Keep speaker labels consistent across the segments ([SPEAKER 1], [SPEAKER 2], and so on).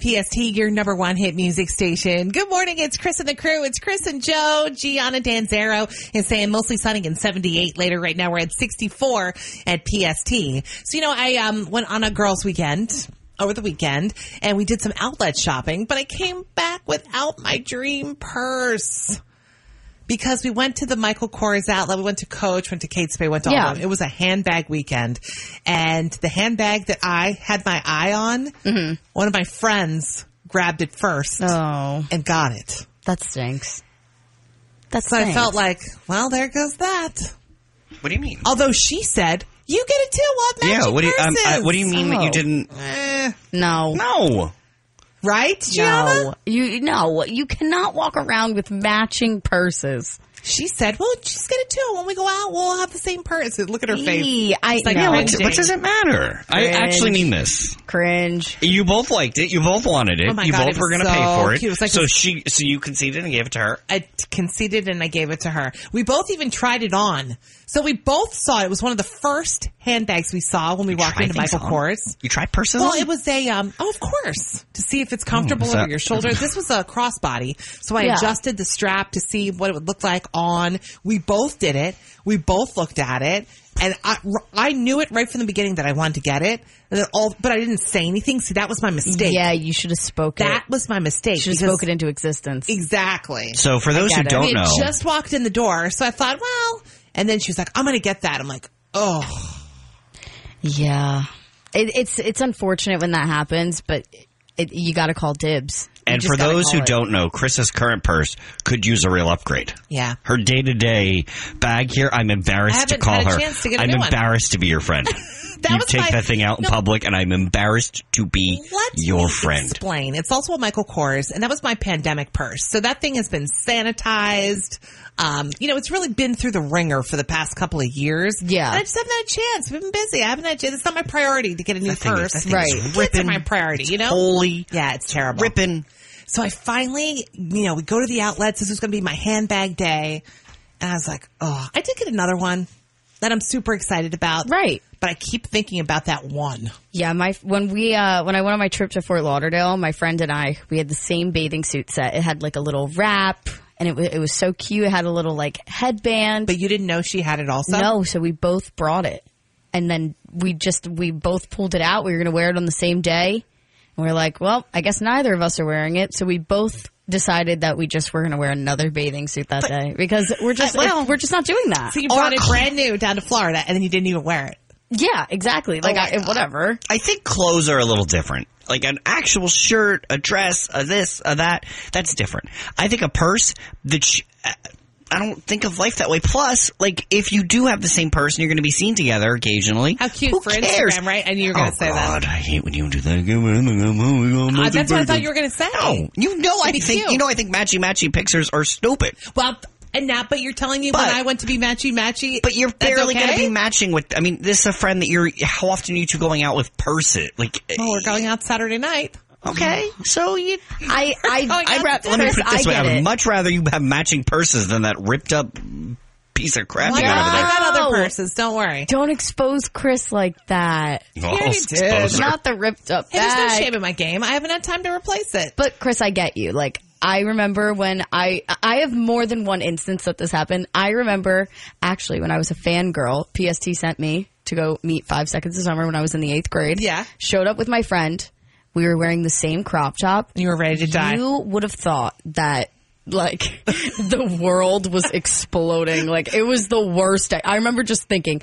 [SPEAKER 1] PST, your number one hit music station. Good morning. It's Chris and the crew. It's Chris and Joe. Gianna Danzero is saying mostly sunny and 78 later. Right now we're at 64 at PST. So, you know, I, um, went on a girls weekend over the weekend and we did some outlet shopping, but I came back without my dream purse because we went to the Michael Kors outlet. We went to Coach, went to Kate Spade, went to all
[SPEAKER 2] Yeah.
[SPEAKER 1] of them. It was a handbag weekend. And the handbag that I had my eye on, one of my friends grabbed it first
[SPEAKER 2] Mm-hmm. Oh,
[SPEAKER 1] and got it.
[SPEAKER 2] that stinks. That
[SPEAKER 1] So
[SPEAKER 2] stinks.
[SPEAKER 1] I felt like, well, there goes that.
[SPEAKER 3] What do you mean?
[SPEAKER 1] Although she said, you get it too. What magic
[SPEAKER 3] yeah. What do you? Um, I,
[SPEAKER 1] purses.
[SPEAKER 3] what do you mean that you
[SPEAKER 2] Oh.
[SPEAKER 3] didn't?
[SPEAKER 1] Eh,
[SPEAKER 2] no.
[SPEAKER 3] No.
[SPEAKER 1] right, Gianna?
[SPEAKER 2] No, you no, you cannot walk around with matching purses.
[SPEAKER 1] She said, well, just get it too. When we go out, we'll have the same purse. Look at her face.
[SPEAKER 2] Eee, I
[SPEAKER 1] like,
[SPEAKER 2] no.
[SPEAKER 1] yeah,
[SPEAKER 3] What, what does it matter? I
[SPEAKER 2] Cringe.
[SPEAKER 3] actually need this.
[SPEAKER 2] cringe.
[SPEAKER 3] You both liked it. You both wanted it.
[SPEAKER 1] Oh my
[SPEAKER 3] you
[SPEAKER 1] God,
[SPEAKER 3] both
[SPEAKER 1] it
[SPEAKER 3] were
[SPEAKER 1] was
[SPEAKER 3] going to pay
[SPEAKER 1] so
[SPEAKER 3] for it.
[SPEAKER 1] cute. It was like
[SPEAKER 3] so
[SPEAKER 1] this-
[SPEAKER 3] she, so you conceded and gave it to her.
[SPEAKER 1] I conceded and I gave it to her. We both even tried it on. So we both saw it. It was one of the first handbags we saw when we walked
[SPEAKER 3] Try
[SPEAKER 1] into
[SPEAKER 3] things
[SPEAKER 1] Michael
[SPEAKER 3] on.
[SPEAKER 1] Kors.
[SPEAKER 3] You try personally.
[SPEAKER 1] Well, it was a, um, oh, of course, to see if it's comfortable
[SPEAKER 3] is
[SPEAKER 1] over
[SPEAKER 3] that-
[SPEAKER 1] your shoulder. This was a crossbody. So I
[SPEAKER 2] Yeah.
[SPEAKER 1] adjusted the strap to see what it would look like on. We both did it. We both looked at it. And I, I knew it right from the beginning that I wanted to get it. And then all, but I didn't say anything. See, that was my mistake.
[SPEAKER 2] Yeah, you should have spoken.
[SPEAKER 1] That was my mistake.
[SPEAKER 2] should have
[SPEAKER 1] because-
[SPEAKER 2] spoken into existence.
[SPEAKER 1] Exactly.
[SPEAKER 3] so for those who
[SPEAKER 2] get it.
[SPEAKER 3] don't
[SPEAKER 1] We had
[SPEAKER 3] know,
[SPEAKER 1] just walked in the door, so I thought, well. And then she was like, "I'm going to get that." I'm like, "Oh,
[SPEAKER 2] Yeah, it, it's it's unfortunate when that happens, but it, you got to call dibs. You
[SPEAKER 3] and
[SPEAKER 2] just
[SPEAKER 3] for
[SPEAKER 2] gotta
[SPEAKER 3] those
[SPEAKER 2] call
[SPEAKER 3] who
[SPEAKER 2] it.
[SPEAKER 3] don't know, Chris's current purse could use a real upgrade.
[SPEAKER 1] yeah."
[SPEAKER 3] Her day to day bag here, I'm
[SPEAKER 1] I
[SPEAKER 3] embarrassed to
[SPEAKER 1] haven't
[SPEAKER 3] call
[SPEAKER 1] had a
[SPEAKER 3] her.
[SPEAKER 1] chance to get a
[SPEAKER 3] I'm
[SPEAKER 1] new one.
[SPEAKER 3] embarrassed to be your friend.
[SPEAKER 1] That
[SPEAKER 3] you
[SPEAKER 1] was
[SPEAKER 3] take
[SPEAKER 1] my-
[SPEAKER 3] that thing out in
[SPEAKER 1] No.
[SPEAKER 3] public, and I'm embarrassed to be
[SPEAKER 1] Let
[SPEAKER 3] your
[SPEAKER 1] me
[SPEAKER 3] friend.
[SPEAKER 1] Explain. It's also a Michael Kors, and that was my pandemic purse. So that thing has been sanitized. Um, you know, it's really been through the ringer for the past couple of years.
[SPEAKER 2] Yeah.
[SPEAKER 1] And I just haven't had a chance. I've been busy. I haven't had a chance. It's not my priority to get a new
[SPEAKER 3] thing is-
[SPEAKER 1] purse.
[SPEAKER 3] that thing
[SPEAKER 2] is
[SPEAKER 1] Kids are
[SPEAKER 3] ripping.
[SPEAKER 1] my priority. you know,
[SPEAKER 3] Holy
[SPEAKER 1] yeah, it's terrible.
[SPEAKER 3] ripping.
[SPEAKER 1] So I finally, you know, we go to the outlets. This was going to be my handbag day. And I was like, oh, I did get another one that I'm super excited about.
[SPEAKER 2] Right.
[SPEAKER 1] But I keep thinking about that one.
[SPEAKER 2] Yeah, my when we uh when I went on my trip to Fort Lauderdale, my friend and I we had the same bathing suit set. It had like a little wrap, and it wa- it was so cute. It had a little like headband.
[SPEAKER 1] But you didn't know she had it also?
[SPEAKER 2] no, so we both brought it, and then we just we both pulled it out. We were gonna wear it on the same day, and we are like, well, I guess neither of us are wearing it. So we both decided that we just were gonna wear another bathing suit that day because we're just
[SPEAKER 1] well-
[SPEAKER 2] we're just not doing that.
[SPEAKER 1] So you brought it brand new down to Florida and then you didn't even wear it.
[SPEAKER 2] yeah, exactly. Like
[SPEAKER 1] my
[SPEAKER 2] I, whatever.
[SPEAKER 3] I think clothes are a little different. Like an actual shirt, a dress, a this, a that, that's different. I think a purse that sh- uh, I don't think of life that way. Plus, like if you do have the same person, you're going to be seen together occasionally.
[SPEAKER 1] How cute
[SPEAKER 3] Who
[SPEAKER 1] for
[SPEAKER 3] cares?
[SPEAKER 1] Instagram, right? And you were going to
[SPEAKER 3] oh
[SPEAKER 1] say
[SPEAKER 3] God,
[SPEAKER 1] that.
[SPEAKER 3] I hate when you do that.
[SPEAKER 1] Uh, that's what I thought you were going to say.
[SPEAKER 3] No, you know I
[SPEAKER 1] be
[SPEAKER 3] think
[SPEAKER 1] cute.
[SPEAKER 3] you know I think matchy matchy pictures are stupid.
[SPEAKER 1] Well, and now, but you're telling me when
[SPEAKER 3] But-
[SPEAKER 1] I went to be matchy matchy.
[SPEAKER 3] But you're
[SPEAKER 1] that's
[SPEAKER 3] barely going to
[SPEAKER 1] okay?
[SPEAKER 3] be matching with. I mean, this is a friend that you're. How often are you two going out with? Person, like. eh,
[SPEAKER 1] Oh, we're going out Saturday night.
[SPEAKER 3] Okay, so you.
[SPEAKER 2] I I
[SPEAKER 1] Oh, yeah.
[SPEAKER 2] I wrapped.
[SPEAKER 3] Let me
[SPEAKER 2] Chris,
[SPEAKER 3] put it this
[SPEAKER 2] I
[SPEAKER 3] way:
[SPEAKER 2] get
[SPEAKER 3] I would
[SPEAKER 2] it.
[SPEAKER 3] much rather you have matching purses than that ripped up piece of crap
[SPEAKER 1] I
[SPEAKER 3] you got
[SPEAKER 1] got,
[SPEAKER 3] over
[SPEAKER 1] I
[SPEAKER 3] there.
[SPEAKER 1] got other
[SPEAKER 2] No.
[SPEAKER 1] purses. Don't worry.
[SPEAKER 2] Don't expose Chris like that.
[SPEAKER 3] Oh,
[SPEAKER 1] you
[SPEAKER 3] exposer.
[SPEAKER 1] did.
[SPEAKER 2] Not the ripped up
[SPEAKER 1] Hey, there's no
[SPEAKER 2] bag.
[SPEAKER 1] shame in my game. I haven't had time to replace it.
[SPEAKER 2] but Chris, I get you. Like I remember when I I have more than one instance that this happened. I remember actually when I was a fangirl, PST sent me to go meet Five Seconds of Summer when I was in the eighth grade.
[SPEAKER 1] Yeah.
[SPEAKER 2] Showed up with my friend. We were wearing the same crop top.
[SPEAKER 1] You were ready to die.
[SPEAKER 2] You would have thought that like the world was exploding. Like it was the worst day. I remember just thinking,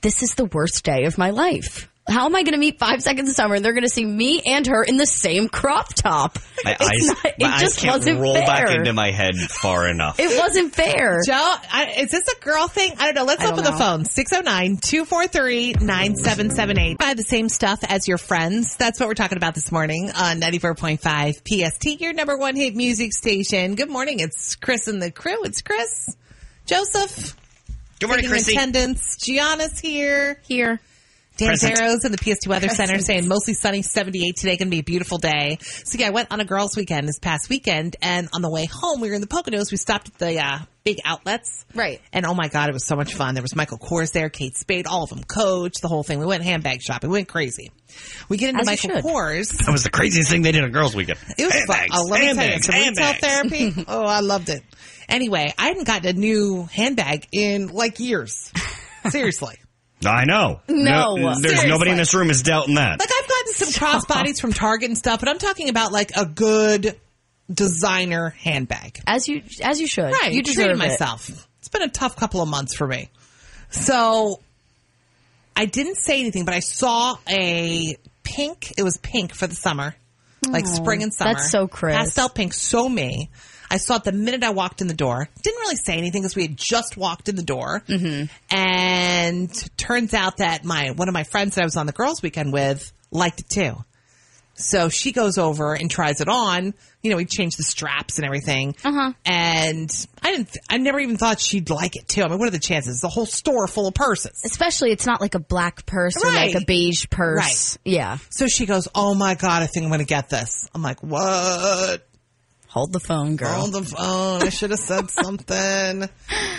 [SPEAKER 2] this is the worst day of my life. How am I going to meet Five Seconds of Summer and they're going to see me and her in the same crop top?
[SPEAKER 3] My
[SPEAKER 2] It's
[SPEAKER 3] eyes,
[SPEAKER 2] not- it
[SPEAKER 3] my eyes
[SPEAKER 2] just
[SPEAKER 3] can't
[SPEAKER 2] wasn't
[SPEAKER 3] roll
[SPEAKER 2] fair.
[SPEAKER 3] back into my head far enough.
[SPEAKER 2] it wasn't fair.
[SPEAKER 1] Joe, I, is this a girl thing? I don't know. Let's
[SPEAKER 2] I
[SPEAKER 1] open
[SPEAKER 2] don't
[SPEAKER 1] the oh
[SPEAKER 2] know.
[SPEAKER 1] phone. 609-243-9778. Buy the same stuff as your friends. That's what we're talking about this morning on 94.5 PST, your number one hit music station. Good morning. It's Chris and the crew. It's Chris, Joseph,
[SPEAKER 3] Good morning,
[SPEAKER 1] taking
[SPEAKER 3] Chrissy.
[SPEAKER 1] attendance. Gianna's here.
[SPEAKER 2] Here.
[SPEAKER 1] Dan
[SPEAKER 3] Present.
[SPEAKER 1] Zeros in the PS2 Weather Center saying mostly sunny 78 today, going to be a beautiful day. So yeah, I went on a girls' weekend this past weekend, and on the way home, we were in the Poconos. We stopped at the uh, big outlets,
[SPEAKER 2] Right.
[SPEAKER 1] And oh my god, it was so much fun. There was Michael Kors there, Kate Spade, all of them, Coach, the whole thing. We went handbag shopping, we went crazy. We get into
[SPEAKER 2] As you
[SPEAKER 1] Michael
[SPEAKER 2] should.
[SPEAKER 1] Kors.
[SPEAKER 3] That was the craziest thing they did on Girls Weekend.
[SPEAKER 1] It was fun.
[SPEAKER 3] Handbags,
[SPEAKER 1] Oh, let me tell you,
[SPEAKER 3] handbags,
[SPEAKER 1] some retail
[SPEAKER 3] handbags.
[SPEAKER 1] therapy. Oh, I loved it. Anyway, I hadn't gotten a new handbag in like years. Seriously.
[SPEAKER 3] I know.
[SPEAKER 2] No,
[SPEAKER 3] there's
[SPEAKER 1] seriously.
[SPEAKER 3] nobody in this room is doubting that.
[SPEAKER 1] Like I've gotten some crossbodies from Target and stuff, but I'm talking about like a good designer handbag.
[SPEAKER 2] As you as you should.
[SPEAKER 1] Right.
[SPEAKER 2] You
[SPEAKER 1] treated
[SPEAKER 2] deserve it.
[SPEAKER 1] myself. It's been a tough couple of months for me. So I didn't say anything, but I saw a pink. It was pink for the summer, like spring and summer.
[SPEAKER 2] Oh, that's so Chris.
[SPEAKER 1] Pastel pink, so me. I saw it the minute I walked in the door. Didn't really say anything because we had just walked in the door.
[SPEAKER 2] Mm-hmm.
[SPEAKER 1] And turns out that my one of my friends that I was on the girls' weekend with liked it too. So she goes over and tries it on. You know, we changed the straps and everything. Uh-huh. And I didn't. I never even thought she'd like it too. I mean, what are the chances? The whole store full of purses.
[SPEAKER 2] Especially it's not like a black purse or like
[SPEAKER 1] Right.
[SPEAKER 2] a beige purse. Yeah.
[SPEAKER 1] So she goes, "Oh my god, I think I'm going to get this." I'm like, "What?"
[SPEAKER 2] Hold the phone, girl.
[SPEAKER 1] On the phone, I should have said something.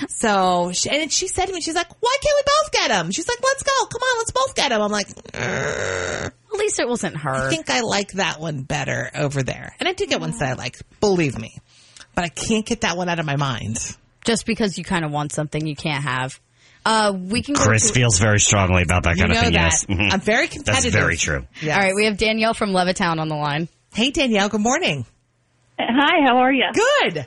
[SPEAKER 1] So, she, and she said to me, "She's like, why can't we both get them?" She's like, "Let's go, come on, let's both get them." I'm like,
[SPEAKER 2] At least it wasn't her.
[SPEAKER 1] I think I like that one better over there. And I did get ones that I like, believe me. But I can't get that one out of my mind.
[SPEAKER 2] Just because you kind of want something you can't have. Uh, we can go
[SPEAKER 3] Chris
[SPEAKER 2] through-
[SPEAKER 3] feels very strongly about that
[SPEAKER 1] You
[SPEAKER 3] kind
[SPEAKER 1] know
[SPEAKER 3] of thing.
[SPEAKER 1] that.
[SPEAKER 3] Yes, Mhm.
[SPEAKER 1] I'm very
[SPEAKER 3] That's
[SPEAKER 1] competitive.
[SPEAKER 3] very true.
[SPEAKER 1] Yes.
[SPEAKER 2] All right, we have Danielle from Levittown on the line.
[SPEAKER 1] Hey, Danielle, good morning.
[SPEAKER 4] Hi, how are you?
[SPEAKER 1] Good.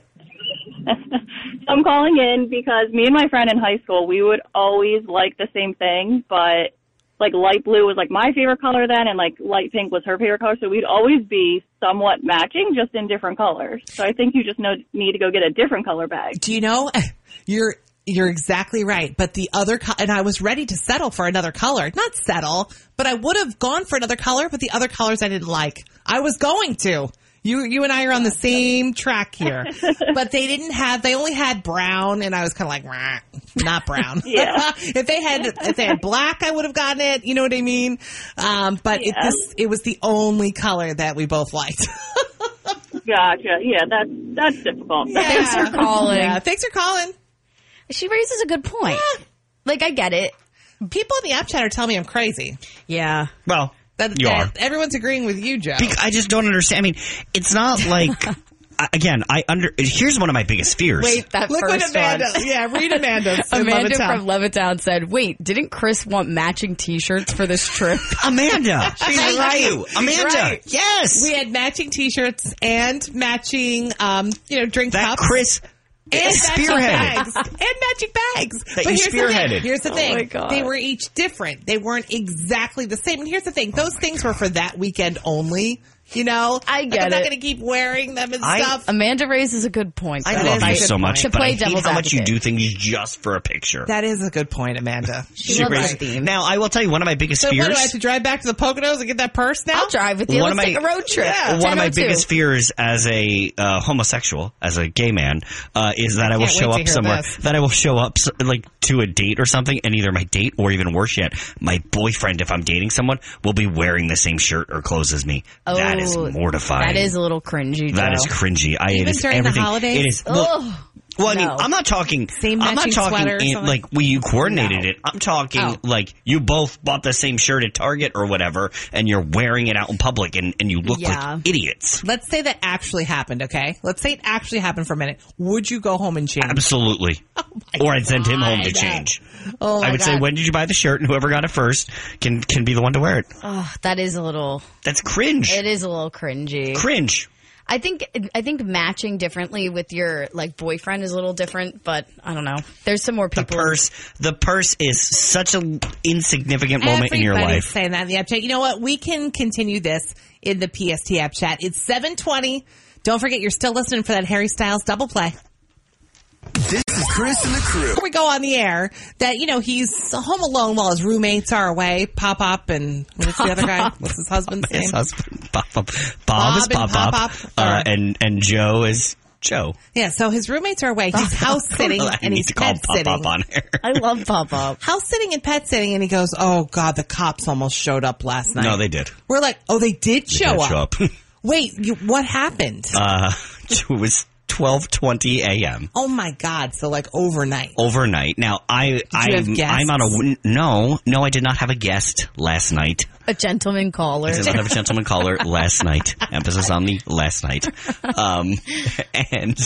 [SPEAKER 4] I'm calling in because me and my friend in high school, we would always like the same thing, but like light blue was like my favorite color then, and like light pink was her favorite color. So we'd always be somewhat matching, just in different colors. So I think you just know, need to go get a different color bag.
[SPEAKER 1] Do you know you're you're exactly right. But the other co- and I was ready to settle for another color. Not settle, but I would have gone for another color, but the other colors I didn't like. I was going to. You you and I are on the same track here. but they didn't have they only had brown and I was kind of like "Rah, not brown.
[SPEAKER 4] Yeah.
[SPEAKER 1] if they had if they had black I would have gotten it, you know what I mean? Um but it
[SPEAKER 4] Yeah.
[SPEAKER 1] this it was the only color that we both liked.
[SPEAKER 4] Gotcha. Yeah, that's that's difficult.
[SPEAKER 2] Thanks for calling.
[SPEAKER 1] Yeah, thanks for calling.
[SPEAKER 2] She raises a good point. Like, I get it.
[SPEAKER 1] People in the app chat are telling me I'm crazy.
[SPEAKER 2] Yeah.
[SPEAKER 3] Well,
[SPEAKER 1] That,
[SPEAKER 3] you
[SPEAKER 1] that-
[SPEAKER 3] are.
[SPEAKER 1] Everyone's agreeing with you, Joe.
[SPEAKER 3] Bec- I just don't understand. I mean, it's not like I- again. I under. Here's one of my biggest fears.
[SPEAKER 2] Wait, that
[SPEAKER 1] Look
[SPEAKER 2] first
[SPEAKER 1] what Amanda.
[SPEAKER 2] one.
[SPEAKER 1] Yeah, read Amanda's. in
[SPEAKER 2] Amanda
[SPEAKER 1] Levittown.
[SPEAKER 2] from Levittown said, "Wait, didn't Chris want matching T-shirts for this trip?"
[SPEAKER 3] Amanda, she's
[SPEAKER 1] right.
[SPEAKER 3] you, Amanda.
[SPEAKER 1] right.
[SPEAKER 3] Yes,
[SPEAKER 1] We had matching T-shirts and matching, um, you know, drink
[SPEAKER 3] that
[SPEAKER 1] cups
[SPEAKER 3] Chris
[SPEAKER 1] and
[SPEAKER 3] spearheaded.
[SPEAKER 1] matching bags and matching bags.
[SPEAKER 3] That you
[SPEAKER 1] the thing.
[SPEAKER 3] spearheaded.
[SPEAKER 1] Here's the
[SPEAKER 2] Oh
[SPEAKER 1] thing.
[SPEAKER 2] my God.
[SPEAKER 1] They were each different. They weren't exactly the same. And here's the thing. Those things were for that weekend only. You know,
[SPEAKER 2] I
[SPEAKER 1] Like,
[SPEAKER 2] get
[SPEAKER 1] I'm not
[SPEAKER 2] it.
[SPEAKER 1] going to keep wearing them and
[SPEAKER 3] I-
[SPEAKER 1] stuff.
[SPEAKER 2] Amanda raises a good point.
[SPEAKER 3] I
[SPEAKER 2] though.
[SPEAKER 3] love you
[SPEAKER 1] is a
[SPEAKER 3] so
[SPEAKER 1] good
[SPEAKER 3] much,
[SPEAKER 1] point.
[SPEAKER 3] but
[SPEAKER 2] To play
[SPEAKER 3] I hate
[SPEAKER 2] devil's
[SPEAKER 3] how much you
[SPEAKER 2] advocate.
[SPEAKER 3] do things just for a picture.
[SPEAKER 1] that is a good point, Amanda.
[SPEAKER 2] She loves
[SPEAKER 3] Super-
[SPEAKER 2] that theme.
[SPEAKER 3] Now, I will tell you one of my biggest
[SPEAKER 1] So what,
[SPEAKER 3] fears.
[SPEAKER 1] do I have to drive back to the Poconos and get that purse now?
[SPEAKER 2] I'll drive with you.
[SPEAKER 3] One
[SPEAKER 2] Let's
[SPEAKER 3] of my-
[SPEAKER 2] take a road trip.
[SPEAKER 1] Yeah.
[SPEAKER 3] one of my
[SPEAKER 2] 10:02.
[SPEAKER 3] biggest fears as a uh, homosexual, as a gay man, uh, is that I will
[SPEAKER 1] Can't
[SPEAKER 3] show
[SPEAKER 1] wait to
[SPEAKER 3] up
[SPEAKER 1] hear
[SPEAKER 3] somewhere.
[SPEAKER 1] this.
[SPEAKER 3] That I will show up s- like to a date or something, and either my date or even worse yet, my boyfriend, if I'm dating someone, will be wearing the same shirt or clothes as me. that is
[SPEAKER 2] Oh,
[SPEAKER 3] mortifying.
[SPEAKER 2] That is a little cringy.
[SPEAKER 3] That
[SPEAKER 2] Joe.
[SPEAKER 3] is cringy. I it
[SPEAKER 1] Even
[SPEAKER 3] is
[SPEAKER 1] during the
[SPEAKER 3] everything.
[SPEAKER 1] holidays?
[SPEAKER 3] It is. Look,
[SPEAKER 2] Ugh.
[SPEAKER 3] well, I mean,
[SPEAKER 2] No.
[SPEAKER 3] I'm not talking.
[SPEAKER 1] Same
[SPEAKER 3] I'm not
[SPEAKER 1] matching
[SPEAKER 3] talking
[SPEAKER 1] sweater or
[SPEAKER 3] in,
[SPEAKER 1] something?
[SPEAKER 3] like we you coordinated
[SPEAKER 1] No.
[SPEAKER 3] it. I'm talking
[SPEAKER 1] Oh.
[SPEAKER 3] like you both bought the same shirt at Target or whatever, and you're wearing it out in public, and, and you look
[SPEAKER 2] Yeah.
[SPEAKER 3] like idiots.
[SPEAKER 1] Let's say that actually happened, okay? Let's say it actually happened for a minute. Would you go home and change?
[SPEAKER 3] Absolutely. or I'd send him home to
[SPEAKER 1] Oh God.
[SPEAKER 3] change.
[SPEAKER 1] Oh my
[SPEAKER 3] I would
[SPEAKER 1] God.
[SPEAKER 3] say, when did you buy the shirt? And whoever got it first can can be the one to wear it.
[SPEAKER 1] Oh.
[SPEAKER 2] Ugh, that is a little.
[SPEAKER 3] That's cringe.
[SPEAKER 2] It is a little cringy.
[SPEAKER 3] Cringe.
[SPEAKER 2] I think I think matching differently with your like boyfriend is a little different, but I don't know. There's some more
[SPEAKER 3] The
[SPEAKER 2] people.
[SPEAKER 3] purse. The purse is such an insignificant moment in your
[SPEAKER 1] Everybody's
[SPEAKER 3] life.
[SPEAKER 1] saying that in the app chat. You know what? We can continue this in the PST app chat. It's 720. Don't forget, you're still listening for that Harry Styles double play.
[SPEAKER 5] This is Chris and the crew.
[SPEAKER 1] Before we go on the air, that, you know, he's home alone while his roommates are away. Pop Up and what's the other guy? What's his husband's name?
[SPEAKER 3] His husband, Bob, Bob, Bob
[SPEAKER 1] Bob
[SPEAKER 3] is
[SPEAKER 1] and
[SPEAKER 3] Bob, Bob,
[SPEAKER 1] Pop Up
[SPEAKER 3] uh,
[SPEAKER 1] are-
[SPEAKER 3] and and Joe is Joe.
[SPEAKER 1] Yeah, so his roommates are away. He's house sitting
[SPEAKER 3] I
[SPEAKER 1] and
[SPEAKER 3] need
[SPEAKER 1] he's
[SPEAKER 3] to call
[SPEAKER 1] pet
[SPEAKER 3] Pop
[SPEAKER 1] sitting.
[SPEAKER 3] Up on air.
[SPEAKER 2] I love Pop Up.
[SPEAKER 1] House sitting and pet sitting, and he goes, "Oh God, the cops almost showed up last night."
[SPEAKER 3] No, they did.
[SPEAKER 1] We're like, "Oh, they did
[SPEAKER 3] They
[SPEAKER 1] show,
[SPEAKER 3] did
[SPEAKER 1] up.
[SPEAKER 3] show up.
[SPEAKER 1] Wait, you, what happened?
[SPEAKER 3] uh, it was 12:20 a.m.
[SPEAKER 1] oh my God! So like overnight.
[SPEAKER 3] Oh. overnight. Now I
[SPEAKER 1] you
[SPEAKER 3] I
[SPEAKER 1] have guests?
[SPEAKER 3] I'm on a no no I did not have a guest last night.
[SPEAKER 2] A gentleman caller.
[SPEAKER 3] I did not have a gentleman caller last night. Emphasis on the last night. Um, and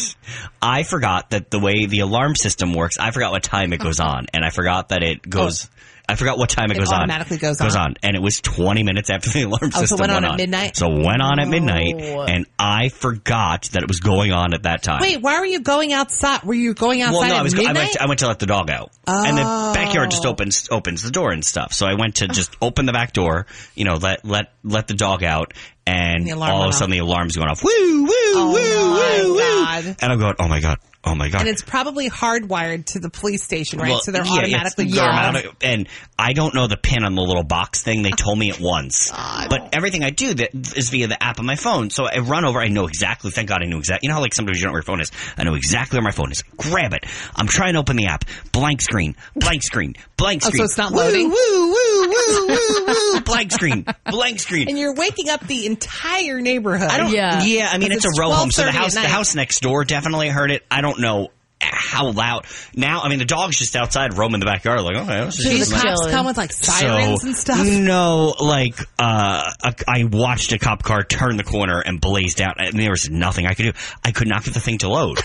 [SPEAKER 3] I forgot that the way the alarm system works, I forgot what time it goes on, and I forgot that it goes. I forgot what time it,
[SPEAKER 1] It
[SPEAKER 3] goes on.
[SPEAKER 1] automatically goes
[SPEAKER 3] goes
[SPEAKER 1] on. Oh,
[SPEAKER 3] on, and it was 20 minutes after the alarm
[SPEAKER 1] so it
[SPEAKER 3] system
[SPEAKER 1] went on
[SPEAKER 3] went
[SPEAKER 1] at midnight?
[SPEAKER 3] So it went on at midnight,
[SPEAKER 2] No.
[SPEAKER 3] and I forgot that it was going on at that time.
[SPEAKER 1] Wait, why were you going outside? Were you going outside
[SPEAKER 3] Well, no,
[SPEAKER 1] at
[SPEAKER 3] I was.
[SPEAKER 1] midnight?
[SPEAKER 3] I went. I went to let the dog out, and the
[SPEAKER 1] Oh.
[SPEAKER 3] backyard just opens opens the door and stuff. So I went to just open the back door. You know, let let let the dog out, and
[SPEAKER 1] The alarm
[SPEAKER 3] all of a
[SPEAKER 1] went
[SPEAKER 3] sudden
[SPEAKER 1] off.
[SPEAKER 3] the alarm's going off. Woo woo
[SPEAKER 1] Oh,
[SPEAKER 3] woo
[SPEAKER 1] my
[SPEAKER 3] woo woo.
[SPEAKER 1] God.
[SPEAKER 3] And I'm going. Oh my god. Oh my god.
[SPEAKER 1] and it's probably hardwired to the police station, right?
[SPEAKER 3] Well,
[SPEAKER 1] so they're
[SPEAKER 3] yeah, it's-
[SPEAKER 1] automatically
[SPEAKER 3] they're
[SPEAKER 1] gone.
[SPEAKER 3] automatic- and I don't know the pin on the little box thing. They told me it once, but everything I do that is via the app on my phone. So I run over. I know exactly. Thank God I knew exactly. You know how like sometimes you don't know where your phone is. I know exactly where my phone is. Grab it. I'm trying to open the app. Blank screen. Blank screen. Blank
[SPEAKER 1] Oh, so
[SPEAKER 3] screen.
[SPEAKER 1] it's not
[SPEAKER 3] Woo,
[SPEAKER 1] loading?
[SPEAKER 3] Woo woo woo woo woo. Blank screen. Blank screen.
[SPEAKER 1] And you're waking up the entire neighborhood.
[SPEAKER 3] I don't. Yeah,
[SPEAKER 2] Yeah.
[SPEAKER 3] I mean, it's,
[SPEAKER 1] Because
[SPEAKER 3] a
[SPEAKER 1] it's
[SPEAKER 3] row home, so the
[SPEAKER 1] 12:30 at
[SPEAKER 3] house, the
[SPEAKER 1] night.
[SPEAKER 3] house next door, definitely heard it. I don't know how loud. Now, I mean, the dog's just outside roaming the backyard, like, oh, yeah, this is
[SPEAKER 1] Do the
[SPEAKER 3] just
[SPEAKER 2] She's
[SPEAKER 3] nice.
[SPEAKER 1] cops
[SPEAKER 2] chilling.
[SPEAKER 1] come with like sirens
[SPEAKER 3] So,
[SPEAKER 1] and stuff?
[SPEAKER 3] No, like uh, a- I watched a cop car turn the corner and blazed out, and there was nothing I could do. I could not get the thing to load,